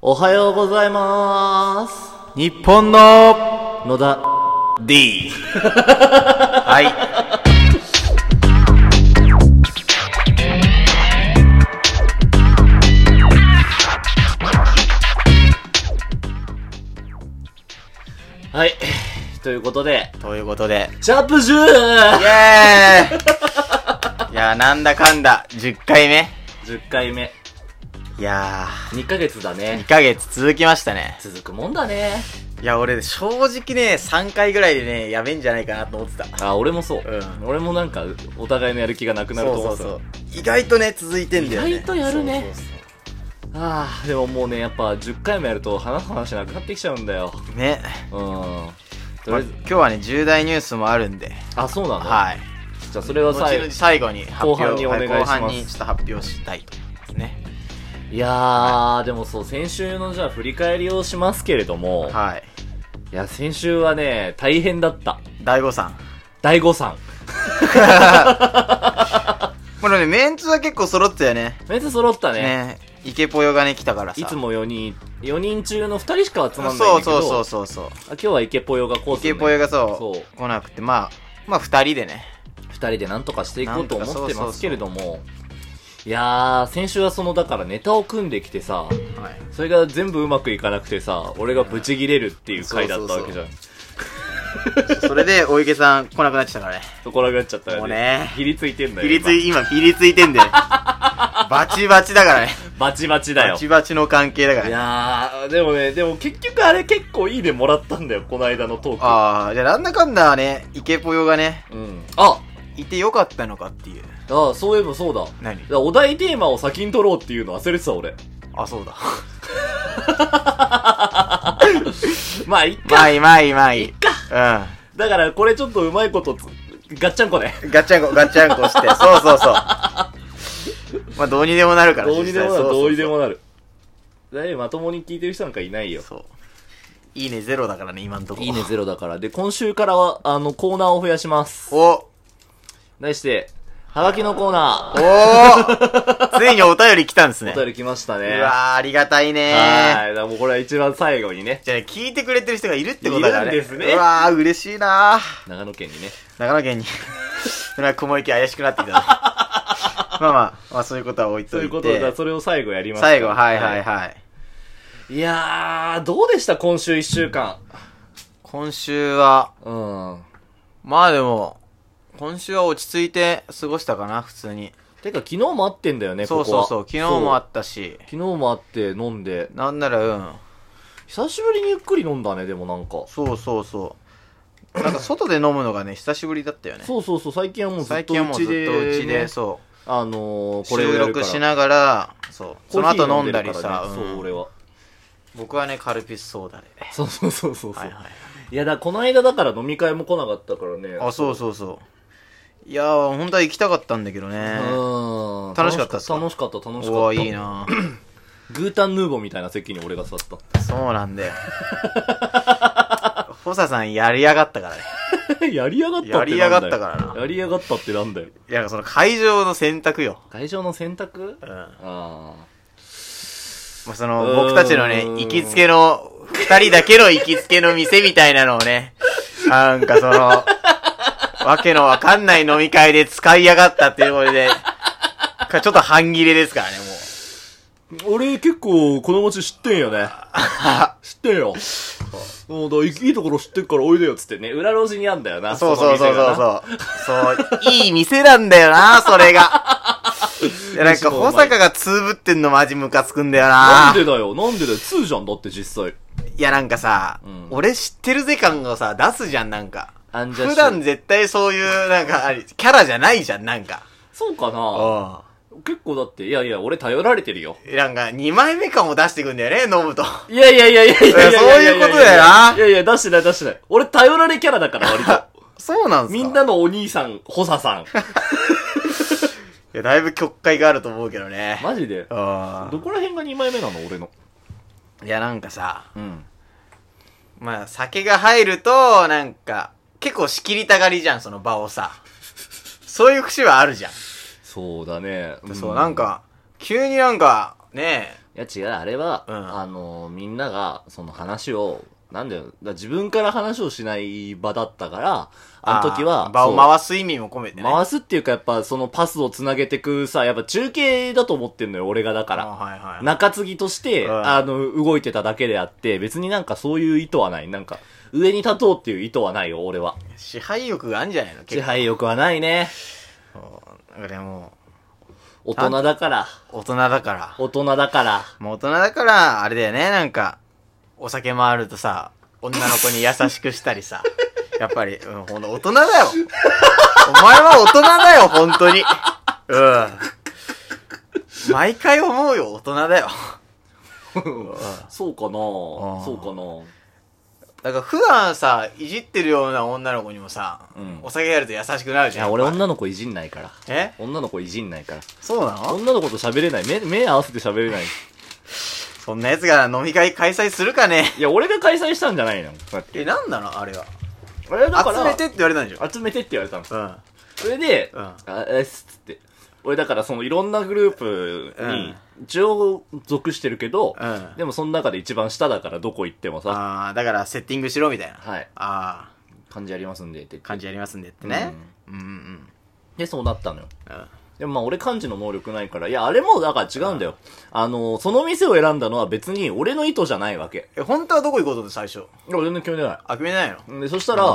おはようございます。日本の野田。 D はいはい。 ということで、ということでシャープ 10! イエーイいやーなんだかんだ10回目10回目。いや2ヶ月だー2ね。ヶ月続きましたね続くもんだね。いや俺正直ね3回ぐらいでねやべえんじゃないかなと思ってたあ、俺もそう。うん俺もなんか、お互いのやる気がなくなるとそう思そううんだそよう意外とね続いてんだよね意外とやるねそうそうああ、でももうね、やっぱ10回もやると話す話なくなってきちゃうんだよ。そうねうん。とりまああえず、今日はね重大ニュースもあるんであ、そうなのはいじゃあそれはさ、後々最後に発表後半にお願いしますは後半にちょっと発表したいと思いますねいやー、でもそう、先週のじゃあ振り返りをしますけれども、はいいや、先週はね、大変だった。大悟さん大誤算。これねメンツは結構揃ってたよねめっちゃ揃ったね。ねイケポヨがね来たからさいつも4人、4人中の2人しか集まんないんだけそど、うそうそうあそうそう今日はイケポヨがコース、イね、ケポヨがそうそう来なくてまあまあ二人でね2人でなんとかしていこうとなんとか思ってそうそまうそうすけれども、いやー、先週はその、だからネタを組んできてさ、はいそれが全部うまくいかなくてさ、俺がブチギレるっていう回だったわけじゃん。それでお池さん来なくなっちゃったからねそこらがっちゃったよもうね。ねひりついてんだよ。ピリつい今ピリついて んだよバチバチだからね今バチバチだよ。バチバチの関係だからいねやー、でもね、でも結局あれ結構いいでもらったんだよ、この間のトーク。ああじゃあなんだかんだねイケポヨがねうん。あいてよかったのかっていうあ、そういえばそうだ。何だからお題テーマを先に取ろうっていうの忘れてた、俺。あそうだ まあ、いっか。まあいいまあいいまあいいうんだから、これちょっとうまいことつ、ガッチャン コね。ガッチャンコ、ガッチャンコして。そうそ うそう。まあ、どうにでもなるから。どうにでもなる、実際どうにで。そもなる。だいぶまともに聞いてる人なんかいないよう。そうそういいね、ゼロだからね、今んとこ。いいね、。ゼロだから。で、今週からは、あの、コーナーを増やします。お題して、はがきのコーナお ーついにお便り来たんですー。ね。お便り来ましたね。うわー、ありがたいねはー。い。だからもうこれは一番最後にね、じゃあね、聞いてくれてる人がいるってことだからね。いるんですねうわー、嬉しいなー。長野県にね。長野県に。 なんか雲行き怪しくなってきた な。まあまあ、まあそういうことは置いそとういういことで、て。それを最後やります。最後、はいはいはい。い。いやー、どうでした今週一週間。今週は、うん。まあでも、今週は落ち着いて過ごしたかな、普通に。てか、昨日も会ってんだよね、そうそうそう、ここは昨日もあそうったし、昨日も会って飲んで。なんならうん、久しぶりにゆっくり飲んだね、でもなんか。そうそうそう。なんか外で飲むのがね、久しぶりだったよね。そうそうそう、最近はもうずっ最と近はもううずちっとで、うちで、ねそあのう、ー、これを収やるか録らしながら、そう、コそのーヒー後飲んだりでるからさ、ねうんそう、俺は。僕はね、カルピスソーダで。そうそうそうそう。はいいはい。いや、だからこの間だから飲み会も来なかったからね。あ、そうそうそう。いやー、本当は行きたかったんだけどうね。ーん。楽しかったっすか楽しかった、楽しうかわ、っいた。いなグータンヌーボーみたいな席に俺が座った。 そうなんだよ。ホサさんやりやがったからね。やりやがったってなんだよやりやがったからなやりやがったってなんだよ。いや、その会場の選択よ。会場の選択うん。まああ。あ、そのうーん、僕たちのね、行きつけの、二人だけの行きつけの店みたいなのをね、なんかその、わけのわかんない飲み会で使いやがったっていうことで、かちょっと半切れですからね、もう。俺結構この街知ってんよね。知ってんよ。もうだからいいいところ知ってっからおいでよっつってね、裏路地にあんだよな。そうそうそうそうう。そう。そう、いい店なんだよな、それが。いや、なんか、保坂がつぶってんのマジムカつくんだよなんな。でだよ、なんでだよ、2じゃんだって実際。いや、なんかさ、うん俺知ってるぜ感をさ、出すじゃん、なんか。アンジャッシュ普段絶対そういう、なんか、あれキャラじゃないじゃん、なんか。そうかなう結構だって、いやいや、俺頼られてるよ。ん。なんか、二枚目感を出してくんだよね、飲むと。いやいやいやいやいやいやそういうことだよないやいや、出してない出してない。俺頼られキャラだから割と。そうなんすかみんなのお兄さん、ホサさん。いや、だいぶ曲解があると思うけどね。マジで。どうこら辺が2枚目なの俺の。ん。いや、なんかさ、うん。まあ、酒が入ると、なんか、結構仕切りたがりじゃん、その場をさ。そういう節はあるじゃん。そうだね。そう、なん。か、急になんか、ねや違う、あれは、うんあの、みんなが、その話を、なんだよ、だから自分から話をしない場だったから、あの時は、ー場そをう回す意味も込めてね。回すっていうか、やっぱそのパスをつなげてくさ、やっぱ中継だと思ってんのよ、俺がだかあーら。はいはい。中継ぎとして、うんあの、動いてただけであって、別になんかそういう意図はない。なんか、上に立とうっていう意図はないよ、俺は。支配欲があるんじゃないの支結配欲はないね。構。だからも大人だから。う、大人だから。大人だから。もう大人だから、あれだよね、なんか、お酒回るとさ、女の子に優しくしたり さ、やっぱり、うん、ほんと大人だよ。お前は大人だよ、本当に。うん。毎回思うよ、大人だよ。そうかなそうかなだから普段さ、いじってるような女の子にもさ、うんお酒やると優しくなるいじゃん。や、俺やっぱ女の子いじんないから。え女の子いじんないから。そうなの女の子と喋れない。目、目合わせて喋 れない。そんな奴が飲み会開催するかねいや、俺が開催したんじゃないの。だってえ、なんなのあれは。あれだから、集めてって言われたんでしょ集めてって言われたの。うん。それで、うんあえっすっつって。俺だからそのいろんなグループに、一応属してるけど、うんでもその中で一番下だからどこ行ってもさ、ああ、だからセッティングしろみたいな。はい、ああ、感じありますんでって言って感じやりますんでってね。うんうんうん。で、そうなったのよ。うんでもまあ俺漢字の能力ないから、いや、あれもだから違うんだよ。あの、その店を選んだのは別に俺の意図じゃないわけ。え、本当はどこ行こうと思って最初。いや、全然決めてなあ、決めないのい。で、そしたうんら、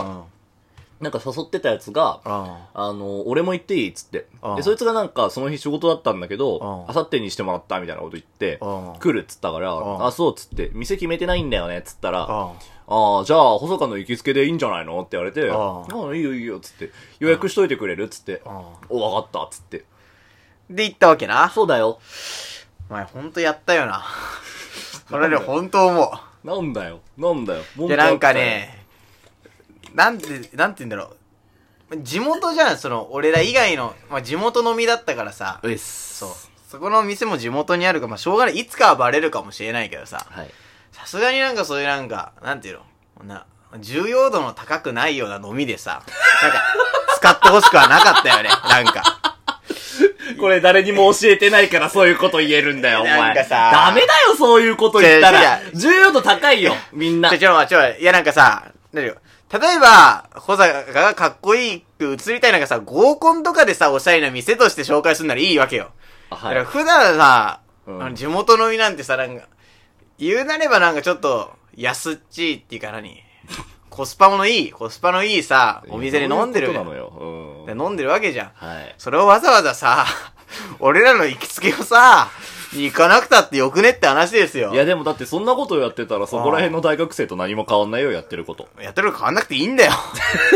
なんか誘ってたやつが、ああの、俺も行っていいっつってで、う。んそいつがなんか、その日仕事だったんだけど、うんあさってにしてもらったみたいなこと言ってうん、来るっつったから、んあ、そうっつって、店決めてないんだよねっつったら、あ。ああ、じゃあ、細川の行きつけでいいんじゃないのって言われて、んああ、いいよいいよっつって、予約しといてくれるっつって、お、わかったっつって。で、行ったわけな。そうだよ。お前、本当やったよ な。それで本当思なんだよ。なんだよ。う。文で、句あなっんたかよね、なんて、なんて言うんだろう。地元じゃん、その、俺ら以外の、まあ、地元のみだったからさ。うっす。そう。そこの店も地元にあるから、まあ、しょうがない。いつかはバレるかもしれないけどさ。はい。さすがになんかそういうなんか、なんていうのな、重要度の高くないような飲みでさ、な んか、使ってほしくはなかったよね、なんか。これ誰にも教えてないからそういうこと言えるんだよ、お 前。なんかさダメだよ、そういうこと言ったら違。重要度高いよ、みんなちょ、。ちょ、ちょ、いやなんかさ、なんだよ。例えば、小坂がかっこいいく映りたいなんかさ、合コンとかでさ、おしゃれな店として紹介するならいいわけよ。あだはかいら。普段さ、うんあの地元飲みなんてさ、なんか、言うなればなんかちょっと、安っちいっていうか何コスパものいい、コスパのいいさ、お店で飲んでるそういうことなのよ。うん。で飲んでるわけじゃん。はい。それをわざわざさ、 俺らの行きつけをさ、行かなくたってよくねって話ですよ。いやでもだってそんなことやってたらそこら辺の大学生と何も変わんないよ、やってること。やってること変わんなくていいんだよ。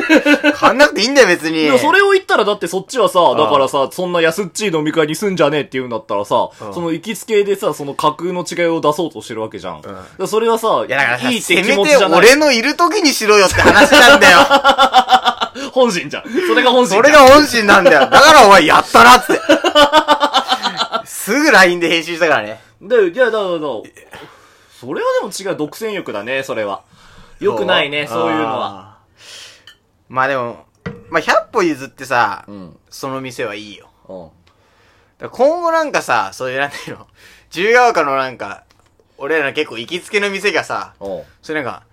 変わんなくていいんだよ、別に。でもそれを言ったらだってそっちはさ、んだからさ、そんな安っちい飲み会にすんじゃねえって言うんだったらさ、うんその行きつけでさ、その架空の違いを出そうとしてるわけじゃん。だからそれはさ、いやだからさ、いいってせ気持めちじてゃない。俺のいる時にしろよって話なん だよ。本心じゃん。それが本心じゃそん。れが本心なんだよ。だからお前やった なって。すぐ LINE で返信したからね。で、いや、だからだから、それはでも違う、独占欲だね、それは。良くないね、そういうのは。あー。まあでも、まあ100歩譲ってさ、うん。その店はいいよ。うん。だから今後なんかさ、そういうなんていうの、 自由が丘のなんか、俺らの結構行きつけの店がさ、うん。それなんか、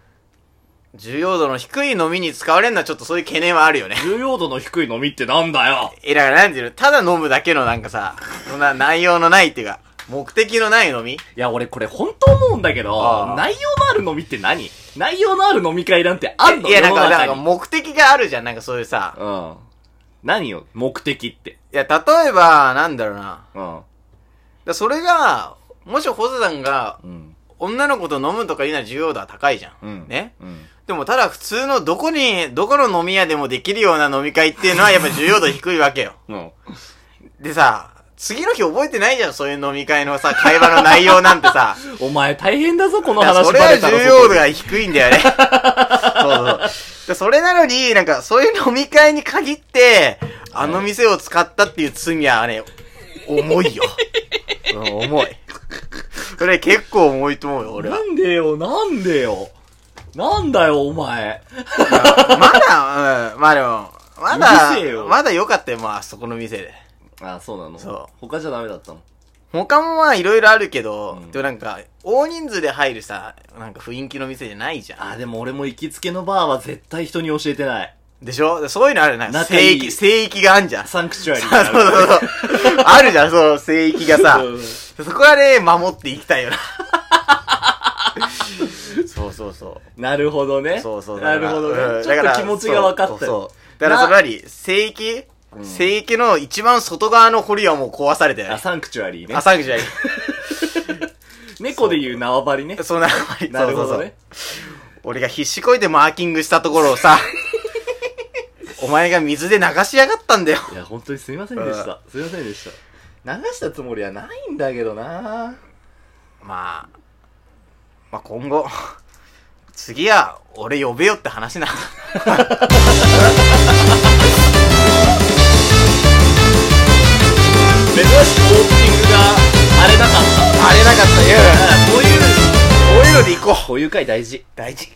重要度の低い飲みに使われるのはちょっとそういう懸念はあるよね。 重要度の低い飲みってなんだよえ、だからなんていうの、ただ飲むだけのなんかさ、そんな内容のないっていうか、目的のない飲みいや、俺これ本当思うんだけどあ、あ内容のある飲みって何内容のある飲み会なんてあんのいや、なんか、世のな中んにか目的があるじゃん、なんかそういうさ。うん。何よ、目的って。いや、例えば、なんだろうな。だかうん。らそれが、もしホセさんが、うん。女の子と飲むとかいうのは重要度は高いじゃん。うん。ねうん。でもただ普通のどこに、どこの飲み屋でもできるような飲み会っていうのは やっぱ重要度低いわけよ。うん。でさ、次の日覚えてないじゃん、そういう飲み会のさ、会話の内容なん てさ。お前大変だぞ、このだから話そバれはレたら。重要度が低いんだよね。 そうそうで。それなのに、なんかそういう飲み会に限って、あの店を使ったっていう罪はね、重いよ。うん、重い。それ結構重いと思うよ、俺はな。んでよ、なんでよ。なんだよ、お前。 まだ、うん、まあでも、まうるせえだ、よまだ良かったよ、まあ、あそこの店で。あ、そうなのそう他じゃダメだったの。他もまあいろいろあるけど、うんでもなんか、大人数で入るさ、なんか雰囲気の店じゃないじゃん。あ、でも俺も行きつけのバーは絶対人に教えてない。でしょそういうのあるよなんか仲い聖い域、聖域があんじゃん。そサうンクチュアリーそうそう。あるじゃん、そう、聖域がさ。うんそこはね、守っていき たいよな。そうそうそなるほどう。ね。そうそう。 なるほどうね。んちょっと気持ちが分かっそうたそうよ。そう。だからそれなより、聖域聖域の一番外側の堀はもう壊されたよあ、ね。サンクチュアリーねあ、。サンクじゃ ない。猫で言う縄張りね。そんな、そうなるそほうそどうね。。俺が必死こいてマーキングしたところを さ、お前が水で流しやがったんだよ。いや、本当にすいませんでした。すいませんでした。流したつもりはないんだけどなまあ、まあ今後、次は俺呼べよって話 な。珍しくオープニングが荒れなかっあれなかったよ。た。こういう、こういうので行こう。こういう回大事。大事。